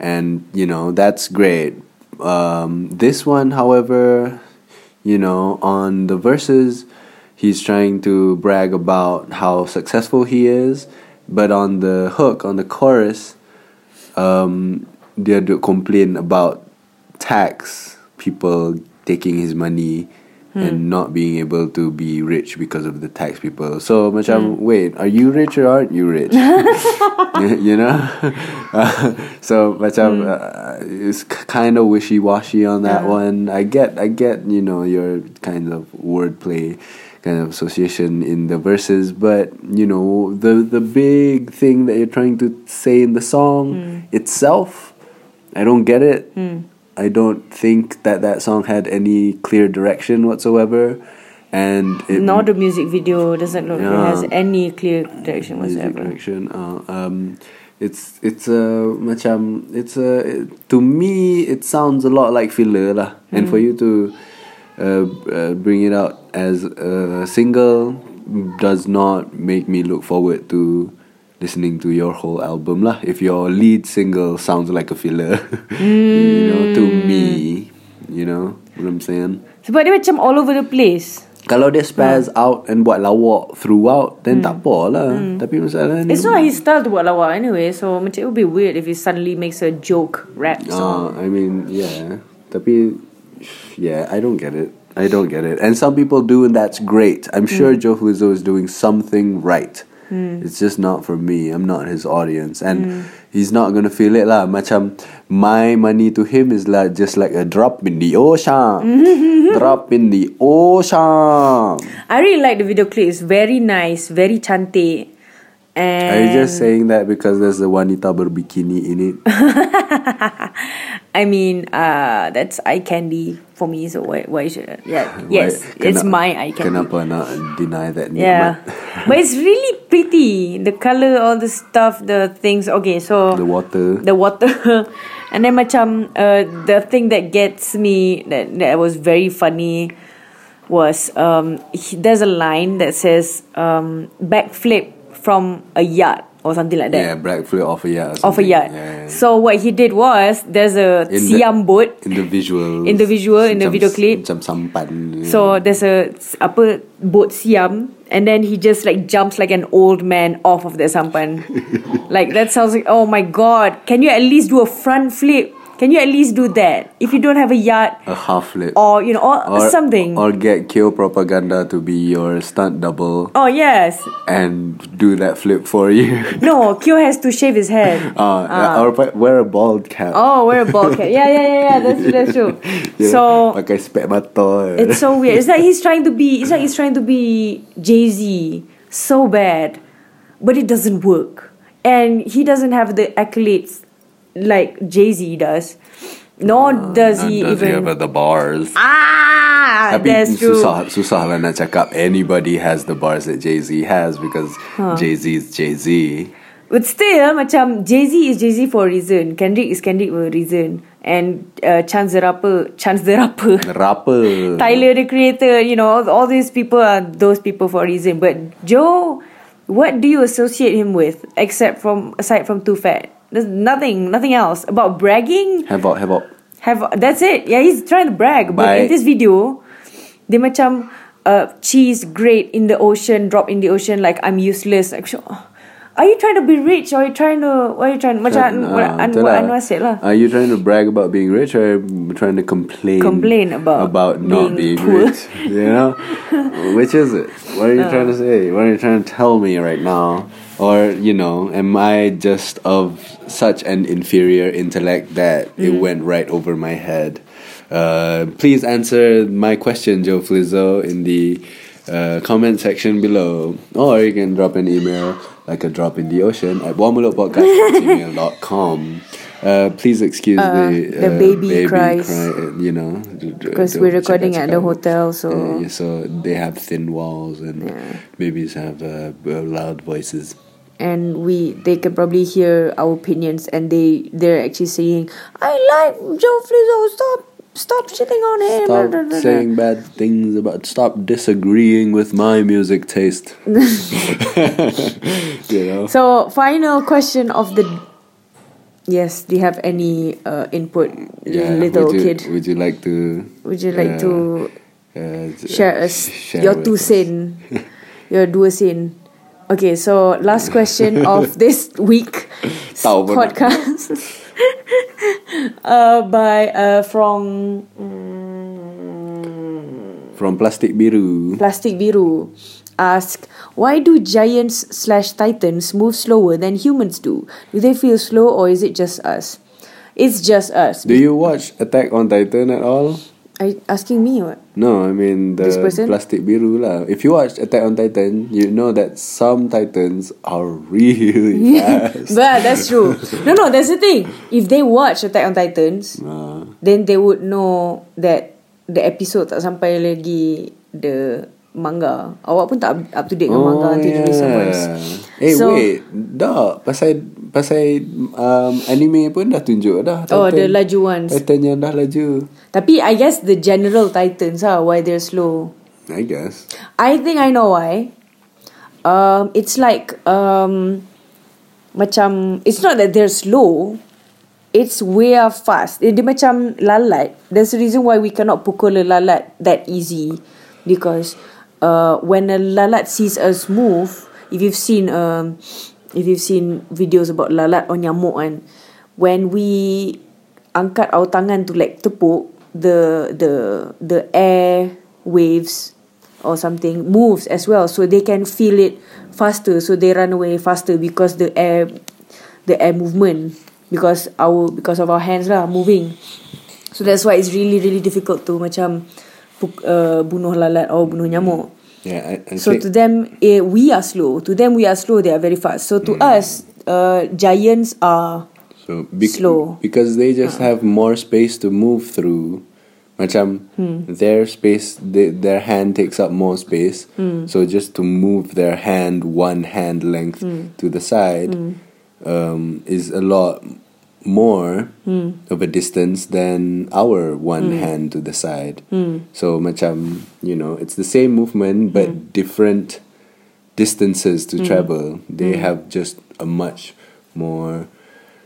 Speaker 1: And you know, that's great. Um, this one, however, you know, on the verses, he's trying to brag about how successful he is, but on the hook, on the chorus, um, dia duk complain about tax people taking his money and not being able to be rich because of the tax people. So macam wait, are you rich or aren't you rich? you know. Uh, so macam uh, it's kind of wishy washy on that one. I get, I get, you know, your kind of wordplay. Kind of association in the verses, but you know the the big thing that you're trying to say in the song itself, I don't get it. I don't think that that song had any clear direction whatsoever, and it
Speaker 2: Nor the music video doesn't look it
Speaker 1: Yeah.
Speaker 2: has any clear direction
Speaker 1: music
Speaker 2: whatsoever.
Speaker 1: direction. Uh, um, it's it's a macam it's a it- to me it sounds a lot like filler lah. And
Speaker 2: Hmm.
Speaker 1: for you to uh, uh, bring it out as a single does not make me look forward to listening to your whole album lah. If your lead single sounds like a filler, you know, to
Speaker 2: Hmm.
Speaker 1: me, you know what I'm saying.
Speaker 2: Sebab dia macam all over the place.
Speaker 1: Kalau dia
Speaker 2: Hmm.
Speaker 1: spaz out and buat lawak throughout, then tak apa lah. Tapi masalah ni...
Speaker 2: Hmm. It's not his style to buat lawak anyway, so macam it would be weird if he suddenly makes a joke rap song.
Speaker 1: Uh, I mean, yeah. Tapi, yeah, I don't get it. I don't get it. And some people do, and that's great. I'm
Speaker 2: Hmm.
Speaker 1: sure Joe Flizzo is doing something right. It's just not for me. I'm not his audience, and
Speaker 2: Hmm.
Speaker 1: he's not gonna feel it lah. Macam my money to him is like just like a drop in the ocean, drop in the ocean.
Speaker 2: I really like the video clip. It's very nice, very cantik.
Speaker 1: Are you
Speaker 2: And
Speaker 1: just saying that because there's a wanita berbikini in it?
Speaker 2: I mean, uh, that's eye candy for me. So why, why should I? Yeah, yes,
Speaker 1: Why-
Speaker 2: it's
Speaker 1: kena-
Speaker 2: my eye candy.
Speaker 1: Kenapa nak deny that?
Speaker 2: Yeah,
Speaker 1: nikmat?
Speaker 2: but it's really pretty. The color, all the stuff, the things. Okay, so
Speaker 1: The water.
Speaker 2: the water, and then macam uh, the thing that gets me that that was very funny was um he, there's a line that says um backflip from a yacht or something like that.
Speaker 1: Yeah, black flip off a yacht. or
Speaker 2: of a
Speaker 1: something.
Speaker 2: yacht.
Speaker 1: Yeah, yeah.
Speaker 2: So what he did was there's a
Speaker 1: In the-
Speaker 2: Siam boat.
Speaker 1: In the visual.
Speaker 2: In the visual, in the
Speaker 1: macam-
Speaker 2: video clip.
Speaker 1: Macam sampan.
Speaker 2: So there's a s- upper boat Siam, and then he just like jumps like an old man off of the sampan. like that sounds like oh my god! Can you at least do a front flip? Can you at least do that? If you don't have a yacht
Speaker 1: a half flip.
Speaker 2: or you know or, something.
Speaker 1: Or get Kyo Propaganda to be your stunt double
Speaker 2: oh yes,
Speaker 1: and do that flip for you.
Speaker 2: no. Kyo has to shave his head.
Speaker 1: Uh, Or pa- wear a bald cap.
Speaker 2: Ah. Oh, wear a ball cap. Yeah, yeah, yeah, yeah. That's that's true.
Speaker 1: Yeah,
Speaker 2: So
Speaker 1: pakai spek mata.
Speaker 2: It's so weird. It's like he's trying to be. It's like he's trying to be Jay Z so bad, but it doesn't work, and he doesn't have the accolades like Jay Z does. Nor does he
Speaker 1: Does he
Speaker 2: even.
Speaker 1: have the bars?
Speaker 2: ah,
Speaker 1: Tapi
Speaker 2: that's true.
Speaker 1: susah susah lah nak cakap anybody has the bars that Jay Z has because Jay Z is Jay Z.
Speaker 2: But still, macam Jay Z is Jay Z for a reason. Kendrick is Kendrick for a reason. And uh, Chance the Rapper, Chance the Rapper.
Speaker 1: Rapper.
Speaker 2: Tyler the Creator, you know, all, all these people are those people for a reason. But Joe, what do you associate him with except from aside from Too Fat? There's nothing, nothing else about bragging.
Speaker 1: Have out, have out.
Speaker 2: Have that's it. Yeah, he's trying to brag, but in
Speaker 1: Baik.
Speaker 2: this video, they macam uh, cheese grate in the ocean, drop in the ocean like I'm useless. Like, so- are you trying to be rich? Or are you trying to? What are you trying? Macam
Speaker 1: Nah,
Speaker 2: what, an,
Speaker 1: ah, betul
Speaker 2: what
Speaker 1: lah.
Speaker 2: Anwar said lah.
Speaker 1: Are you trying to brag about being rich or trying to complain?
Speaker 2: Complain about
Speaker 1: about not being
Speaker 2: being poor.
Speaker 1: rich. You know, which is it? What are you trying to
Speaker 2: Uh.
Speaker 1: say? What are you trying to tell me right now? Or you know, am I just of such an inferior intellect that it
Speaker 2: Mm.
Speaker 1: went right over my head? Uh, please answer my question, Joe Flizzo, in the uh, comment section below, or you can drop an email like a drop in the ocean at warmulupodcast@gmail.com. Uh, please excuse the,
Speaker 2: the
Speaker 1: uh,
Speaker 2: baby cries.
Speaker 1: cry, you know,
Speaker 2: Because
Speaker 1: the-
Speaker 2: we're recording at the
Speaker 1: Jakarta.
Speaker 2: hotel, so-
Speaker 1: Yeah, yeah, so they have thin walls and babies have uh, uh, loud voices.
Speaker 2: and we they can probably hear our opinions and they they're actually saying i like joe flizzo stop stop shitting on him
Speaker 1: Stop
Speaker 2: Blah, blah, blah,
Speaker 1: saying bad things about. Stop disagreeing with my music taste. you know.
Speaker 2: blah. so final question of the yes do you have any uh, input little
Speaker 1: would you,
Speaker 2: kid
Speaker 1: Would you like to?
Speaker 2: would you like
Speaker 1: uh,
Speaker 2: to
Speaker 1: uh, t-
Speaker 2: share
Speaker 1: uh,
Speaker 2: us
Speaker 1: share
Speaker 2: your
Speaker 1: with
Speaker 2: two
Speaker 1: us?
Speaker 2: sen your dua sen okay so last question of this week
Speaker 1: Tahu pun nak.
Speaker 2: podcast uh, by uh, from mm,
Speaker 1: from Plastic Biru?
Speaker 2: Plastic Biru ask why do giants slash titans move slower than humans do do they feel slow or is it just us it's just us
Speaker 1: Do you watch Attack on Titan at all?
Speaker 2: are you asking me what
Speaker 1: No, I mean the
Speaker 2: This person?
Speaker 1: plastic biru lah. If you watch Attack on Titan, you know that some titans are really fast.
Speaker 2: but that's true no no that's the thing if they watch attack on titans
Speaker 1: Uh,
Speaker 2: then they would know that the episode tak sampai lagi the manga. Awak pun tak up to date dengan manga
Speaker 1: Oh,
Speaker 2: until you listen first.
Speaker 1: Eh
Speaker 2: So-
Speaker 1: wait, dah pasal pasal um, anime pun dah tunjuk dah.
Speaker 2: Oh, the laju ones.
Speaker 1: Titan Eh. yang dah laju.
Speaker 2: Tapi I guess the general titans ah why they're slow.
Speaker 1: I guess.
Speaker 2: I think I know why. Um, it's like um, macam it's not that they're slow. It's way are fast. Dia, dia macam lalat. There's a reason why we cannot pukul a lalat that easy, because uh, when a lalat sees us move, if you've seen um, if you've seen videos about lalat on nyamuk kan, when we angkat our tangan to like tepuk the the the air waves or something moves as well so they can feel it faster so they run away faster because the air the air movement because our because of our hands lah moving so that's why it's really really difficult to macam puk- uh, bunuh lalat or bunuh nyamuk
Speaker 1: Yeah, I, I
Speaker 2: so
Speaker 1: think
Speaker 2: to them eh, we are slow to them we are slow they are very fast so to us uh, giants are
Speaker 1: So bec-
Speaker 2: Slow.
Speaker 1: because they just have more space to move through. Macam their space, they, their hand takes up more space. So just to move their hand one hand length to the side um, is a lot more of a distance than our one hand to the side. So macam you know, it's the same movement but different distances
Speaker 2: Mm-hmm.
Speaker 1: to travel. They have just a much more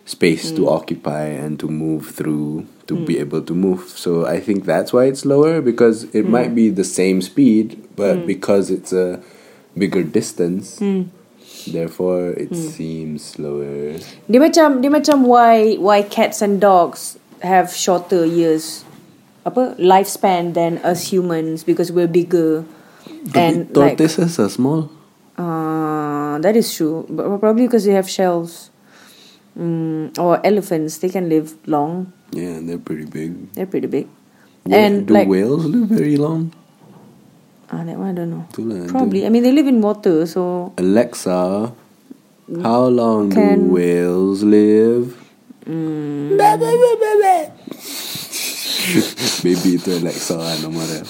Speaker 1: space
Speaker 2: Mm.
Speaker 1: to occupy and to move through to be able to move. So I think that's why it's lower because
Speaker 2: Mm.
Speaker 1: it might be the same speed, but because it's a bigger distance,
Speaker 2: Mm.
Speaker 1: therefore it seems slower.
Speaker 2: Dia macam dia macam why why cats and dogs have shorter years apa lifespan than us humans because we're bigger and like
Speaker 1: tortoises are small.
Speaker 2: uh, that is true but probably because they have shells mm, or elephants they can live long
Speaker 1: Yeah, they're pretty big.
Speaker 2: they're pretty big
Speaker 1: Wha-
Speaker 2: and
Speaker 1: do
Speaker 2: like
Speaker 1: whales live very long?
Speaker 2: ah that one I don't know
Speaker 1: Itulah,
Speaker 2: probably I mean they live in water so
Speaker 1: Alexa, how long do
Speaker 2: Can- Mm.
Speaker 1: whales live? Baby itu Alexa lah nama dia.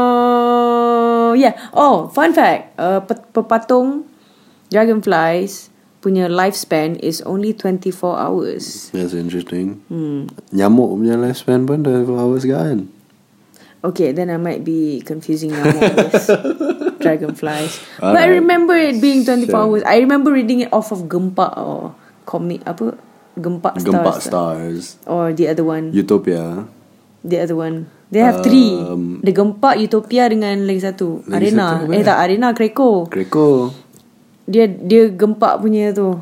Speaker 2: So yeah. Oh, fun fact. Uh, pe- pepatung dragonflies punya lifespan is only 24 hours.
Speaker 1: That's interesting. Hmm. Nyamuk punya lifespan pun dah hours kan.
Speaker 2: Okay, then I might be confusing now with dragonflies. but I
Speaker 1: Alright.
Speaker 2: remember it being 24
Speaker 1: Sure.
Speaker 2: hours. I remember reading it off of Gempak or comic apa Gempak,
Speaker 1: Gempak
Speaker 2: Stars
Speaker 1: stars.
Speaker 2: or the other one.
Speaker 1: Utopia.
Speaker 2: The other one They have three
Speaker 1: Um,
Speaker 2: The Gempak Utopia dengan lagi satu
Speaker 1: Lagi
Speaker 2: Arena
Speaker 1: satu apa?
Speaker 2: Eh tak Arena Kreko
Speaker 1: Kreko.
Speaker 2: Dia dia gempak punya tu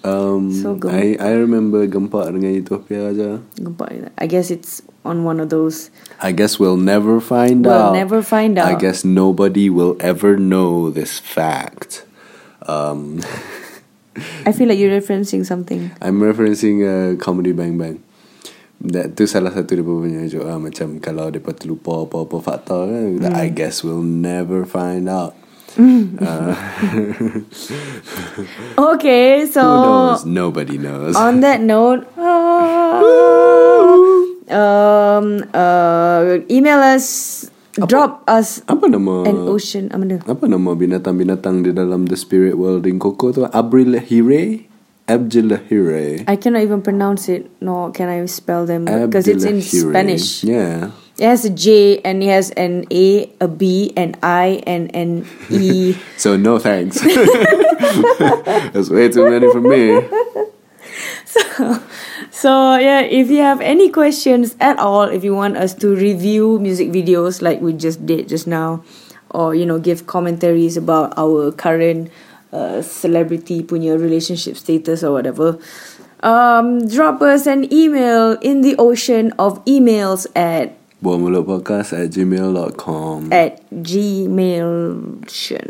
Speaker 1: Um,
Speaker 2: So gem-
Speaker 1: I I remember gempak dengan Utopia aja.
Speaker 2: Gempak I guess it's on one of those
Speaker 1: I guess we'll never find out.
Speaker 2: We'll never find
Speaker 1: I
Speaker 2: out.
Speaker 1: guess nobody will ever know this fact. Um,
Speaker 2: I feel like you're referencing something
Speaker 1: I'm referencing uh, comedy Bang Bang. That tu salah satu dia punya joke lah. Macam kalau dia terlupa apa-apa fakta kan. that
Speaker 2: Hmm.
Speaker 1: I guess we'll never find out. Uh,
Speaker 2: Okay so
Speaker 1: who knows? Nobody knows.
Speaker 2: On that note ah, Oh. um, uh, Email us Drop us
Speaker 1: apa nama?
Speaker 2: An ocean Apa benda
Speaker 1: Apa nama binatang-binatang di dalam the spirit world in Coco tu? Abrilahire? Abjilahire.
Speaker 2: I cannot even pronounce it Nor can I spell them Because it's in
Speaker 1: Abjilahire.
Speaker 2: Spanish
Speaker 1: Yeah.
Speaker 2: It has a J and it has an A, a B, an I, and an E.
Speaker 1: So no thanks. That's way too many for me.
Speaker 2: so yeah, if you have any questions at all, if you want us to review music videos like we just did just now, or you know give commentaries about our current uh, celebrity punya relationship status or whatever, um, drop us an email in the ocean of emails at
Speaker 1: Buatmulutpodcast at gmail.com.
Speaker 2: at gmail.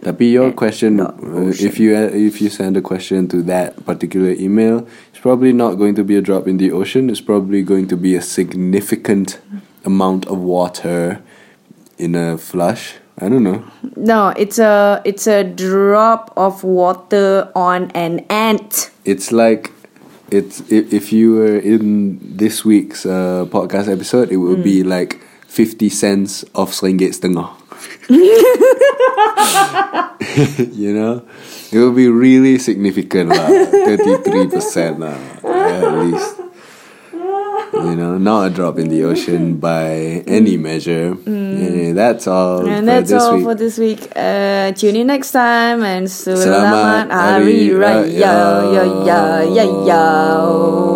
Speaker 1: Tapi your
Speaker 2: at
Speaker 1: question,
Speaker 2: dot
Speaker 1: uh,
Speaker 2: ocean.
Speaker 1: if you if you send a question to that particular email, it's probably not going to be a drop in the ocean. It's probably going to be a significant amount of water in a flush. I don't know.
Speaker 2: No, it's a it's a drop of water on an ant.
Speaker 1: It's like it's if, if you were in this week's uh, podcast episode, it would
Speaker 2: Hmm.
Speaker 1: be like fifty cents of ringgit setengah. you know, it would be really significant lah. Thirty three percent lah, at least. You know, not a drop in the ocean by any measure. Yeah, that's all.
Speaker 2: Hmm. And
Speaker 1: for
Speaker 2: that's
Speaker 1: this
Speaker 2: all
Speaker 1: week.
Speaker 2: for this week. Uh, tune in next time and
Speaker 1: Selamat
Speaker 2: selamat
Speaker 1: Hari
Speaker 2: hari raya. Ya, ya, ya.
Speaker 1: Raya.